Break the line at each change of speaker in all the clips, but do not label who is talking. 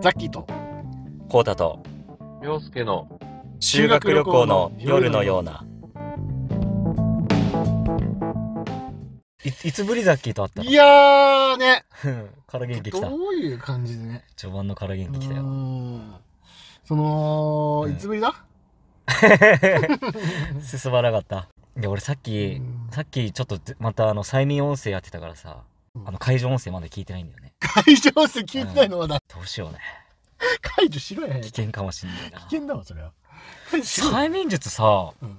ザッキーと
コータと
洋介の
修学旅行の夜のような。いいつぶりザッキーと会ったの
いやーね
うんから元気来た。
どういう感じでね
序盤のから元気来た
う
よ。
ーんその、
うん
いつぶりだ
進まなかった。いや、俺さっき、さっきちょっとぜまたあの催眠音声やってたからさ、
うん
あの会場音声まだ聞いてないんだよね。
会場数聞いてないのまだ
どうし ようね。
解除しろや
危
危
険かもしんないな。
険だわそれは解除しろよ
催眠術さ、
うん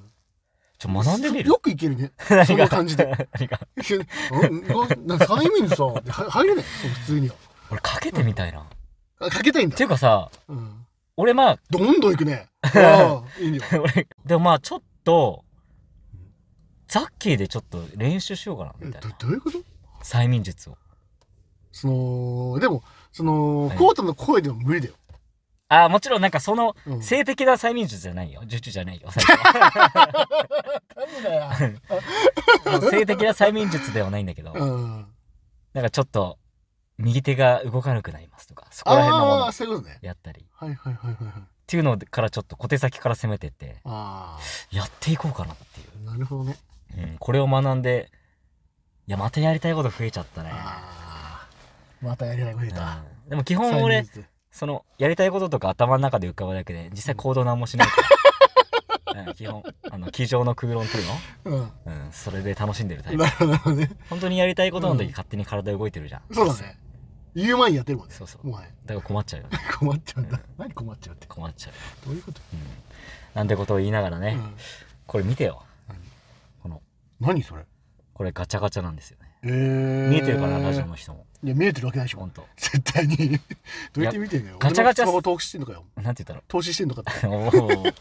ちょ、学んでみる
よくいけるね
何が
そんな感じで
何が
うんなんか催眠さは入れないそう普通には
俺かけてみたいな。っ
あかけたいんだ
ていうかさ、
うん
俺まあ、
どんどんいく ねああいいよ
俺、でもまあちょっと、ザッキーでちょっと練習しようかな、
え
みたい
ど
な。
どういうこと
催眠術を。
そのでもその、
はい
コートの声でも無理だよ、
ああ、もちろんなんかその、
うん、
性的な催眠術じゃないよ。受注じ ゃないよ。最初
なんだよ
は性的な催眠術ではないんだけど、
うん
なんかちょっと、右手が動かなくなりますとか、そこら辺のも
あ
の
あそういうことね
やったり。っ
はいはいはいはいはい
ていうのからちょっと小手先から攻めてって、
あ
やっていこうかなっていう。
あなるほどね
うん、これを学んで、いや、またやりたいこと増えちゃったね。
ああまたやりたいこと言えた
うんでも基本
催眠
俺、
術
その、やりたいこととか頭の中で浮かぶだけで、実際行動なんもしな いから。うん、基本、あの、机上の空論っていう
うん
のうん、それで楽しんでるタイプ
な。るほどなるほどね
本当にやりたいことの時、
うん
勝手に体動いてるじゃん。
そうだね言う前にやってるもんね
そうそう。
もはや
だから困っちゃうよね。
困っちゃうんだ何困っちゃうって
困っちゃう。
どういうこと
うん。なんてことを言いながら
う
ね、
ん
これ見てよ。
何
この、
何それ
これガチャガチャなんですよね。
えー
見えてるかな、ラジオの人も。
いや見えてるわけないでし
ほ
ょ
んと。
絶対にどうやって見てんのよ
ガチャガチャ
俺のスマホ投資してんのかよ
なんて言っ
投資してんの かって
たろう。おー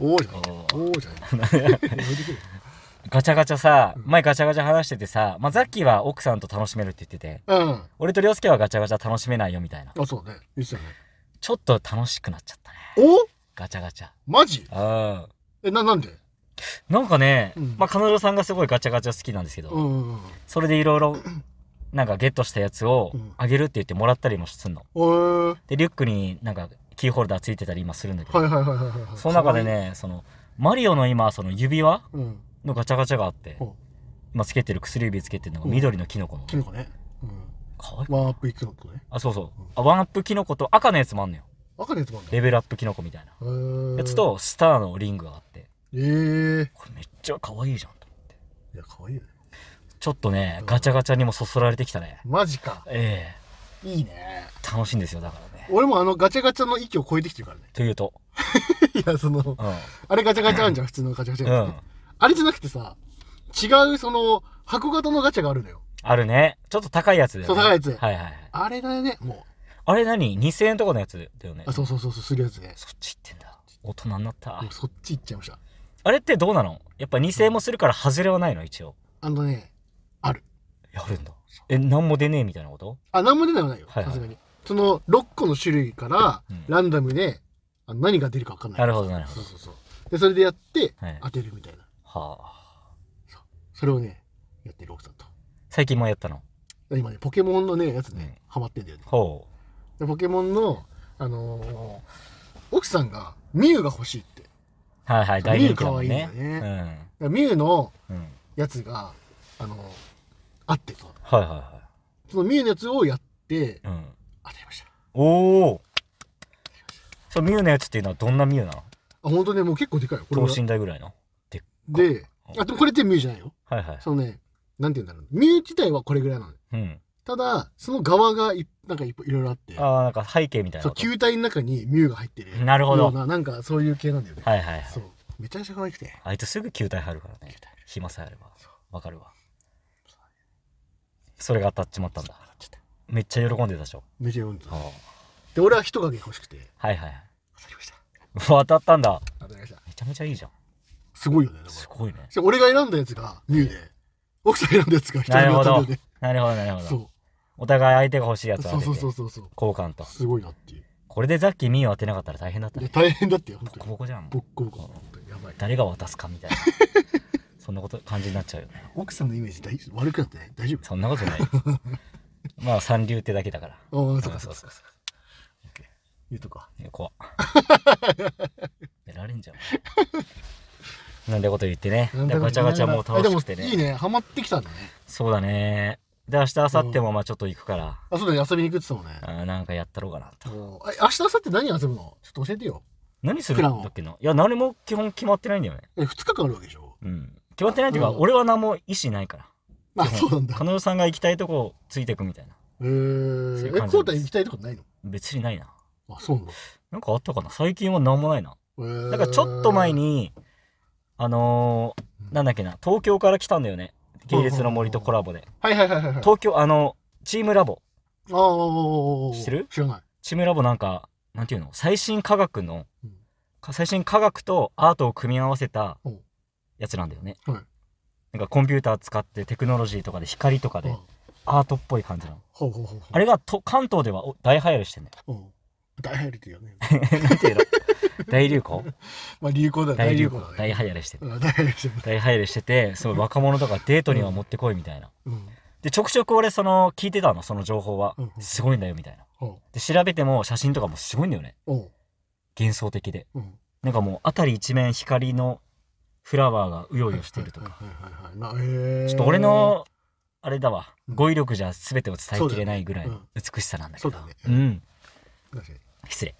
おおじゃない
おー
おおじゃない やめてくれよ
ガチャガチャさ、
うん
前ガチャガチャ話しててさ、まあ、ザッキーは奥さんと楽しめるって言ってて、
うん
俺と涼介はガチャガチャ楽しめないよみたいな。
あそうね言ってたよね
ちょっと楽しくなっちゃったね。
お
ガチャガチャ。
マジ
ああ。
えななんで
なんかね、
うん
まあ、彼女さんがすごいガチャガチャ好きなんですけど、
うんうんうん
それでいろいろ、なんかゲットしたやつを
うん
あげるって言ってもらったりもすんの。
おー
で、リュックになんかキーホルダーついてたり今するんだけど、
はいはいはいはいはいはい
その中でね、その、マリオの今、その指輪
可愛いうん
のガチャガチャがあって
ほ、
今つけてる薬指つけてるのが緑のキノコの。
キノコねうん
かわいい。
ワンアップいくのとね
あ、そうそう。あ、ワンアップキノコと赤のやつもあんのよ。
赤のやつもあん
レベルアップキノコみたいな。
の
やつと、スターのリングがあって、
えー
これめっちゃ可愛いじゃんと思って。
いや可愛いよね
ちょっとね、ガチャガチャにもそそられてきたね。
マジか
え
いいね
え楽しいんですよ、だからね。
俺もあのガチャガチャの域を超えてきてるからね
というと、
いやその
う
あれガチャガチャあんじゃん普通のガチャガチャ
ん。う
やつね
ん。
あれじゃなくてさ違うその箱型のガチャがあるのよ
あるね。ちょっと高いやつだよね。
そう高いやつ
はいはいはい。
あれだよねも
あれ何 ?2000 円とかのやつだよね
う。あそうそうそうそうするやつね
そっち行ってんだ。大人になった
もう。そっち行っちゃいました
あれってどうなのやっぱ2000円もするから外れはないの一応。
あのね
やるんだ。え、なんも出ねえみたいなこと
あ何も出ないはないよ
はいは
さす
い
がにその6個の種類から
うん
ランダムで、あの何が出るか分かんない
なるほどなるほ
そ
ど
う。そうそうでそれでやって、
はい
当てるみたいな
はあ。
それをねやってる奥さんと
最近もやったの
今ねポケモンのねやつね、
うん
ハマってんだよね
ほ
でポケモンのあのー奥さんがミュウが欲しいってだか
う。はいはい、大人気だもん
見る
ね。
可愛いんだらミュウの
うん。うん。
やつがあのーあってと
はいはいは
そのミュウのやつをやって
い。うん。
当たりました
おおそう、ミュウのやつっていうのはどんなミュウなの
あ本当ねもう結構でかいよこれ
等
は
身大ぐらいの
であでもこれってミュウじゃないよ
はいはい。
そのね、なんて言うんだろう。ミュー自体はこれぐらいなの。
うん。
ただ、その側がい、なんかいっぱいいろいろあって、
ああ、なんか背景みたいな
そう、
こと。
球体の中にミューが入ってる。
なるほど
ような、なんかそういう系なんだよね。
はいはいはい。
そう。めちゃくちゃ可愛くて。
あいつすぐ球体入るからね
球。
暇さえあれば。わかるわ。それが当たっちまったんだ。
当たっちゃった
めっちゃ喜んでたでしょ。
めちゃ喜んでた
は
で、俺は人影欲しくて、
いはいはい。
当たりました。
うわ当たったんだ。
当たりました。
めちゃめちゃいいじゃん。
すごいよね、だから。
すごいね。
そう俺が選んだやつがミューで、奥さん選んだやつが人
な
影
るほ
だった
ど
んだよね。。
なるほど、なるほど。
そ
お互い相手が欲しいや
う。
つ
そ
を当
う
てて
そうそ
交
うそうそう。
換と。
すごいなっていう。
これでザッキーミーを当てなかったら大変だった
いや、
ね。
大変だってよ、本
ボ
当
コ
に。
ボコじゃん。
ぼっこぼこ。本当にやばい。
誰が渡すかみ たいな。そんなこと感じになっちゃうよね。
奥さんのイメージ大悪くなってない大丈夫
そんなことない。 まあ三流ってだけだから
おお、そう
そ
う
か
か
そ
そうう
か
か
そ
そうか。言うとか。
いや怖っ やられんじゃんなんてこと言ってねだからガチャガチャもう楽しくて
あで
ね
もいいね、ハマってきたんだね。
そうだねで明日明後日もまあちょっと行くから、
あ、そうだね、遊びに行くって言ってた
あーなんかやったろうかなと
もんね。おーえ明日、明後日何遊ぶのちょっと教えてよ。
何するんだっけないや何も基本決まってないんだよね
え、2日間あるわけでしょ
うん決まってないっていうか、
うん
俺は何も意思ないから
あ、
基
そ
本
うなんだ。
彼女さんが行きたいとこついてくみたいな
え
そういう
ー、え、
感じ
コータ行きたいとこないの
別にないな
あ、そうなんだ。
なんかあったかな最近は何もないな
えー
なんかちょっと前、にあのー、なんだっけな東京から来たんだよね芸術の森とコラボで
はいはいはいはいはい。
東京あのチームラボ
あー
知ってる
知らない。
チームラボなんかなんていうの最新科学の
うん
か最新科学とアートを組み合わせた
うん
やつなんだよね、
はい
なんかコンピューター使ってテクノロジーとかで光とか
うん
でアートっぽい感じなの
ほうほうほうほう。
あれがと関東ではお大流行りしてんだよ
うん大流行りってよね。
なんていうの大流行
まあ流行だね。
大
大流
流
行
行
だ
大
ね。
流行りしてる
うん大流行りしてる。
大流行りしててそう若者とかデートには持ってこいみたいな
うん。
でちょくちょく俺その聞いてたのその情報は
うんうん
すごいんだよみたいな
ほ
で調べても写真とかもすごいんだよね
う。うん
幻想的で
うん。
なんかもう辺り一面光のフラワーがうようよしてるとか、
はいはいはいはいまあえー
ちょっと俺のあれだわ、
うん
語彙力じゃ全てを伝えきれないぐらいの美しさなんだけど
そうだね
う
うん確かに
失礼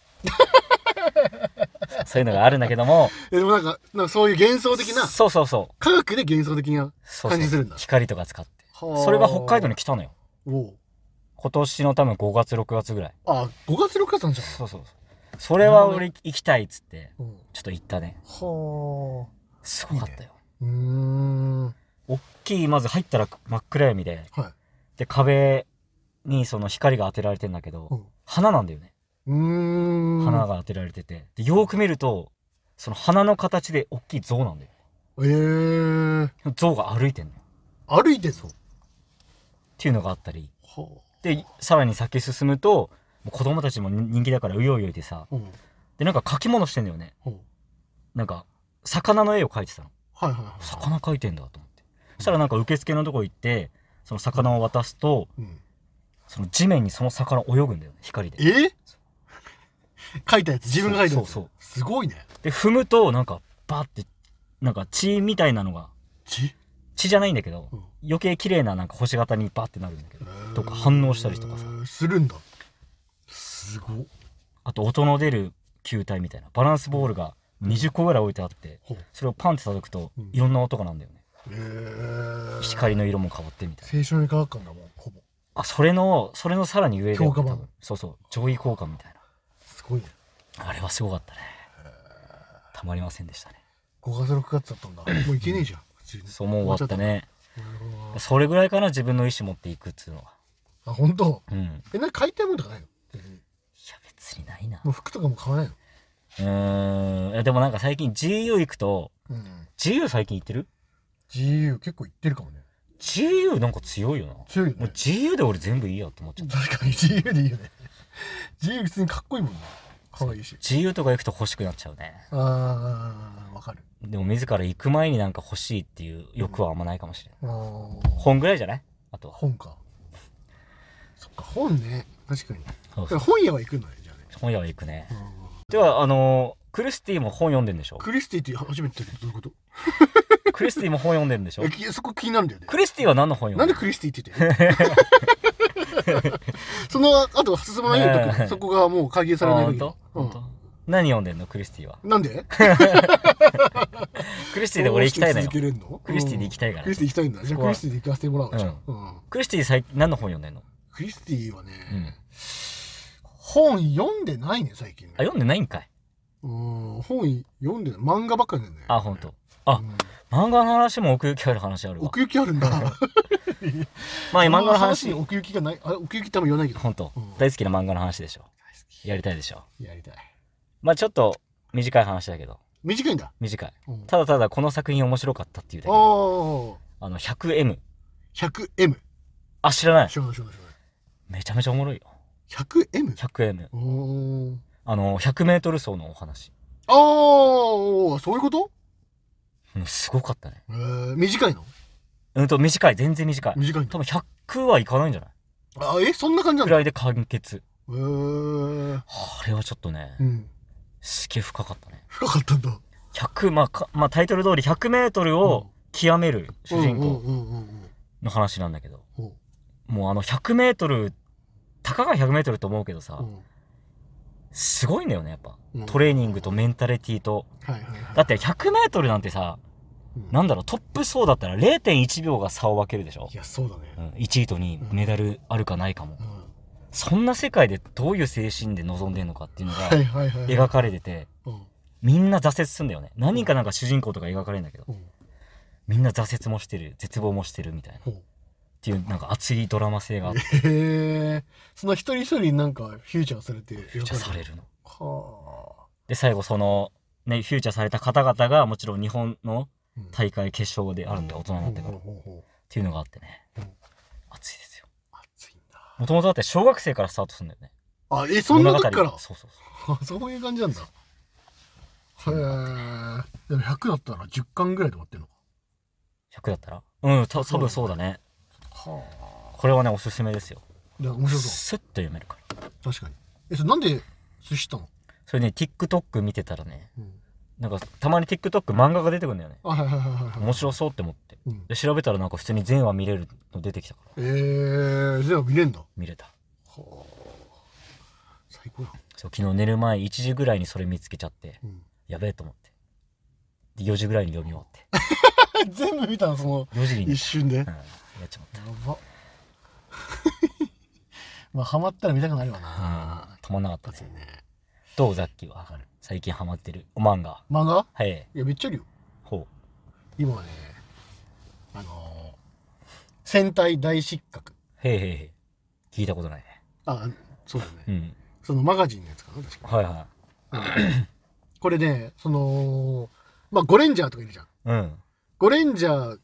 そういうのがあるんだけども
えでもなんかなんかそういう幻想的な
そうそうそう
科学で幻想的な
そう
感じす
そう
るんだ
光とか使ってそ
そ
れが北海道に来たのよ
おう
今年の多分5月6月ぐらい
あ五5月6月なんじゃ
そうそうそうそれは俺行きたいっつって
んうん
ちょっと行ったね
は
すごかったよ
あうーんはい
大きいまず入ったら真っ暗闇でで壁にその光が当てられてんだけど、
うん
花なんだよね
うーん
花が当てられてて、でよーく見るとその花の形で大きい象なんだよ
えー、
象が歩いてんのよっ
歩いてそう
ていうのがあったり
は
でさらに先進むともう子供たちも人人気だからうようよいてさ
あうん
でなんか書き物してんだよね
うん
なんか魚の絵を描いてたの
はいはいはい
魚描いてんだと思ってそしたらなんか受付のとこ行ってその魚を渡すと
うん
その地面にその魚泳ぐんだよね光で
え書いたやつ自分が書いたやつ
そうそう
すごいね
で踏むとなんかバーってなんか血みたいなのが
ち
血じゃないんだけど、
うん
余計綺麗ななんか星型にバーってなるんだけどとか反応したりとかさ
えーするんだすごっ
あと音の出る球体みたいなバランスボールが20個ぐらい置いてあって
ほう
それをパンって叩くと
うん
いろんな音がなんだよね、
えー、
光の色も変わってみたいな
青春に科学館だもんほぼ
あそれのそれのさらに上で
強化版
そうそう上位効果みたい
すごいね
なあれはすごかったねたまりませんでしたね
5月6月だったんだもういけねえじゃん普通に
そうもう終わ
終わっちゃっ
ったね
たなるほ
それぐらいかな自分の意思持っていくっつうのは
どなあ本当
うんいや
えなんか買いたいもんとかないの別に
別にないな
もう服とかも買わないの
うーんいやでもなんか最近 GU 行くと
うん
GU 最近行ってる
GU 結構いってるかもね
GU なんか強いよなも
強いよ
う
ね
GU で俺全部いいやって思っちゃう
確かに GU でいいよね GU 普通にかっこいいもんねかわいいし
GU とか行くと欲しくなっちゃうね
あーわかる
でも自ら行く前になんか欲しいっていう欲はあんまないかもしれない、
あー
本ぐらいじゃないあとは
本かそっか本ね確かに
そう
だから本屋は行くのねじゃあね
本屋は行くね
うん
ではあのークリスティも本読んでんでしょ
クリスティって初めてだけどどういうこと
クリスティも本読んでるんでしょ
えきそこ気になるんだよね
クリスティは何の本読
なんんで
で
クリスティって言ってるその 後は進まないよ特に、
ねえ
そこがもう解禁されない
あ
わ
本
け
当
ど、
本当何読んでんのクリスティは
うん、なんで
クリスティで俺行きたいの
どうして
よ
続けれんの
クリスティで行きたいから
クリスティ行きたいんだじゃあ
そこ
ク
は
リスティで行かせてもらおうじゃん、うん
クリスティ最近何の本読んでんの
クリスティはね、
うん
本読んでないね最近ね
あ読んでないんかい
うん本読んでない漫画ばっかりなんだよね
あ本当あ
うん
漫画の話も奥行きある話あるわ
奥行きあるん だ
まあ漫画の話
に奥行きがないあ奥行き多分言わないけど
本当
うん
大好きな漫画の話でしょ
大好き
やりたいでしょ
やりたい
まあちょっと短い話だけど
短いんだ、
短い
うん、
ただただこの作品面白かったっていうだけ
おー
あの 100M
100M
あ知らない
知らない知らない
めちゃめちゃおもろいよ
知らない 100M?
100M
おー
あの 100m 走のお話
あーそういうこと、
うんすごかったね
えー、短いの
うんと短い全然短い
短いの
多分100はいかないんじゃない
あ、え、そんな感じな
く
んだ。
らいで完結。
へー。
あれはちょっとね
う、ん。
すげえ深かったね。
深かったんだ。
100、まあか、まあタイトル通り100メートルを極める主人公
うんうんうんうん
の話なんだけど、
うん。うん
もうあの100メートル、たかが100メートルと思うけどさ、すごいんだよね、やっぱ。
うん
トレーニングとメンタリティと。
はいはいはい。
だって100メートルなんてさ、
うん、
なんだろう、トップ層だったら0.1秒が差を分けるでしょ
いや、そうだ
う
ね。
ん、1位と2位、メダルあるかないかも
う。ん。
そんな世界でどういう精神で臨んでんのかっていうのが
はいはいはい。
描かれてて、
うん。
みんな挫折すんだよね。何人かなんか主人公とか描かれるんだけど、
うん。
みんな挫折もしてる、絶望もしてるみたいな。っ
ほう
ていうなんか熱いドラマ性があって、
へえ。その一人一人なんかフューチャーされて
フューチャーさ
描か
れるの。
る。はあ。
で、最後その、ね、フューチャーされた方々がもちろん日本の
うん
大会決勝であるんで、大人になってから。っ
ほうほうほうほ
ていうのがあってね
うん、
熱いですよ。
う熱いんだ。
もともとだって小学生からスタートするんだよね。
あ、え、そんな時
物
か
語
ら
がそうそうそ
あそういう感じなんだ。へえ。でも100だったら10巻ぐらいで終わってるのか。
う。100だったらうん、た多分そうだね。
は
これはね、おすすめですよ。
あ。で面白そ
スッと読めるから。
う。確かに。え、それなんで寿司行っ
それね、TikTok 見てたらね、
たのうん。
なんかたまに TikTok 漫画が出てくるんだよね。
あ、はいはいはいはい。
面白そうって思って。
い。うん。
で、調べたらなんか普通に全話見れるの出てきたから、
えー、じゃあ見れんだ。は
見れた。
あ。最高や。
そう、昨日寝る前1時ぐらいにそれ見つけちゃって、
うん。
やべえと思って。で、4時ぐらいに読み終わって。
全部見たの、その、
4時に、うん、
一瞬で。や
やっちまった。
ば。 まあ、ハマったら見たくなるわな。
うん、止まんなかった
熱い
ね。
ね。
どうザッキーは最近ハマってる。お漫画。
漫画
はい。
いや、めっちゃあるよ。
ほ
今はね、あのー、戦隊大失格。
う。へいへいへい。聞いたことないね。
あ、そうだね。
うん。
そのマガジンのやつかな、確か。
はいは
これね、その、まあ、ゴレンジャーとかいるじゃん。
い。うん。
ゴレンジャー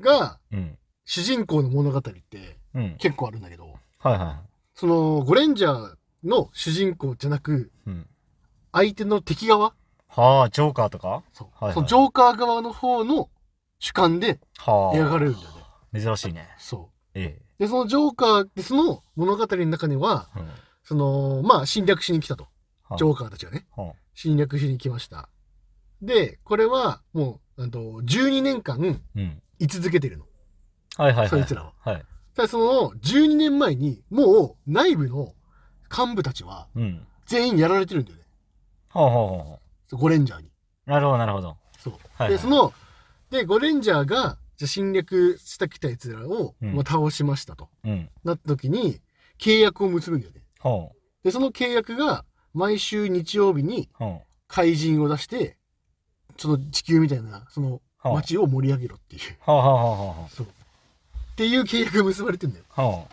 が
うん。
主人公の物語って
うん。
結構あるんだけど、
はいは
そのゴレンジャーの主人公じゃなく、
い。うん。
相手の敵側、
はあ、ジョーカーとか
そう
はいはい
そのジョーカー側の方の主観で
はあ。
描かれるんだよね。
珍しいね。
そ
え
う。で、そのジョーカーで、その物語の中には、
え。うん。は
その、まあ、侵略しに来たと。
あ
ジョーカーたちはね、
は
侵略しに来ました。で、これは、もう、あの12年間、
あうん。
居続けてるの。
はいはいはい。
そいつらは。
はい。
ただその、12年前に、もう、内部の幹部たちは、
うん。
全員やられてるんだよね。
ほうほうほうほ
ゴレンジャーに。
う。なるほどなるほど。
そう。
はいはい
で、その、で、ゴレンジャーが、じゃあ侵略してきた奴らを、
うん
まあ、倒しましたと。
うん。
なった時に、契約を結ぶんだよね。
ほう。
で、その契約が、毎週日曜日に
ほう。
怪人を出して、その地球みたいな、その、
ほう。
街を盛り上げろっていう。
ほうほうほうほうほう。
そう。っていう契約が結ばれてんだよ。
ほ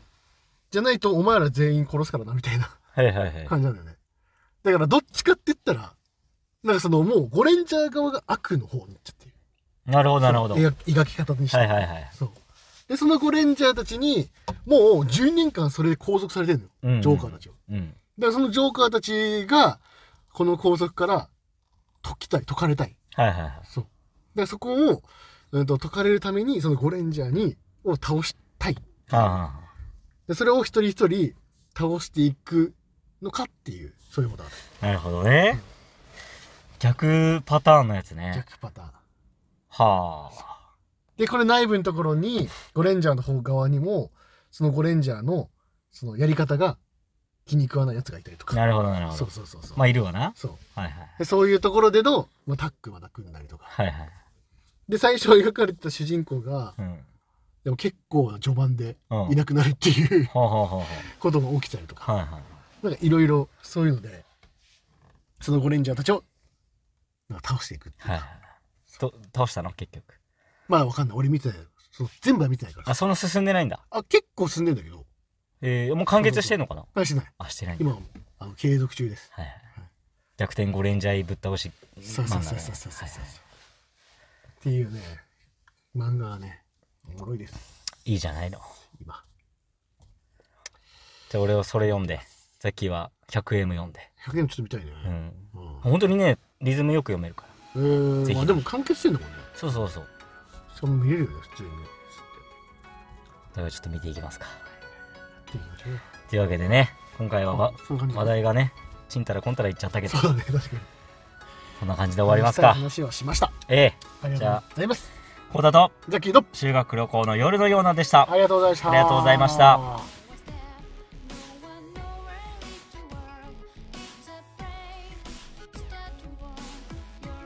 じゃないと、お前ら全員殺すからな、みたいな。
う。はいはいはい。
感じなんだよね。だからどっちかって言ったら、なんかそのもうゴレンジャー側が悪の方に行っちゃってる。
なるほどなるほど。
そ
は
の
い
描き描き方にして。
はいはい。
そう。で、そのゴレンジャーたちに、もう10年間それで拘束されてるのよ。
うん。
ジョーカーたちを。
うん。
だからそのジョーカーたちが、この拘束から解きたい、解かれたい。
はいはいはい。
そう。だからそこを、うんと、解かれるために、そのゴレンジャーに、を倒したい。
はあはあは
で、それを一人一人倒していくのかっていう、そういうことだ。
あ。なるほどね。逆パターンのやつね。
逆パターン。
はあ。
で、これ内部のところに、ゴレンジャーの方側にも、そのゴレンジャーの、そのやり方が気に食わない奴がいたりとか。
なるほどなるほ
そ
ど
う。そうそうそう。
まあいるわな。
そう
はいはい。
で。そういうところでの、まあ、タッグまだ組んだりとか。
はいはい。
で、最初描かれてた主人公が、
うん。
でも結構な序盤で
うん
いなくなるっていう
ほうほうほうほう。
ことが起きたりとか。
はいはい。
なんかいろいろそういうので、そのゴレンジャーたちを、なんか倒していくっていうか。
はいはい。と、倒したの結局。
まあわかんない。俺見てない。そう全部は見てないから
あ、
さ。
その進んでないんだ。
あ、結構進んでんだけど、
ええ、もう完結してんのかな
あしてない。
あ、してないんだ。
今はもう、あの、継続中です。
はいはい。逆転ゴレンジャーぶっ倒し。
そうそうそう
漫画
そう
ね
そうそう
はい
そう
は
っていうね漫画はねおもろいです
いいいじゃないの。
今
じゃあ俺はそれ読んで、ザキは 100M 読んで。
100円ちょっと見たいね
うん。
うん、
本当にね、リズムよく読めるから。
え
ぜ
ー
ひ
まあ、でも完結してんだもんね
そうそうそう。
しかも見れるよね普通にね
だからちょっと見ていきますか。
とっていうね
というわけでね今回はわ
そんな感じ
話題がねちんたらこんたら言っちゃったけど
そうだね確かに
こんな感じで終わりますか
話をしました
ええ
ありがとうございます
こうだと
じゃあキード
修学旅行の夜のようなでした
ありがとうございました
ありがとうございました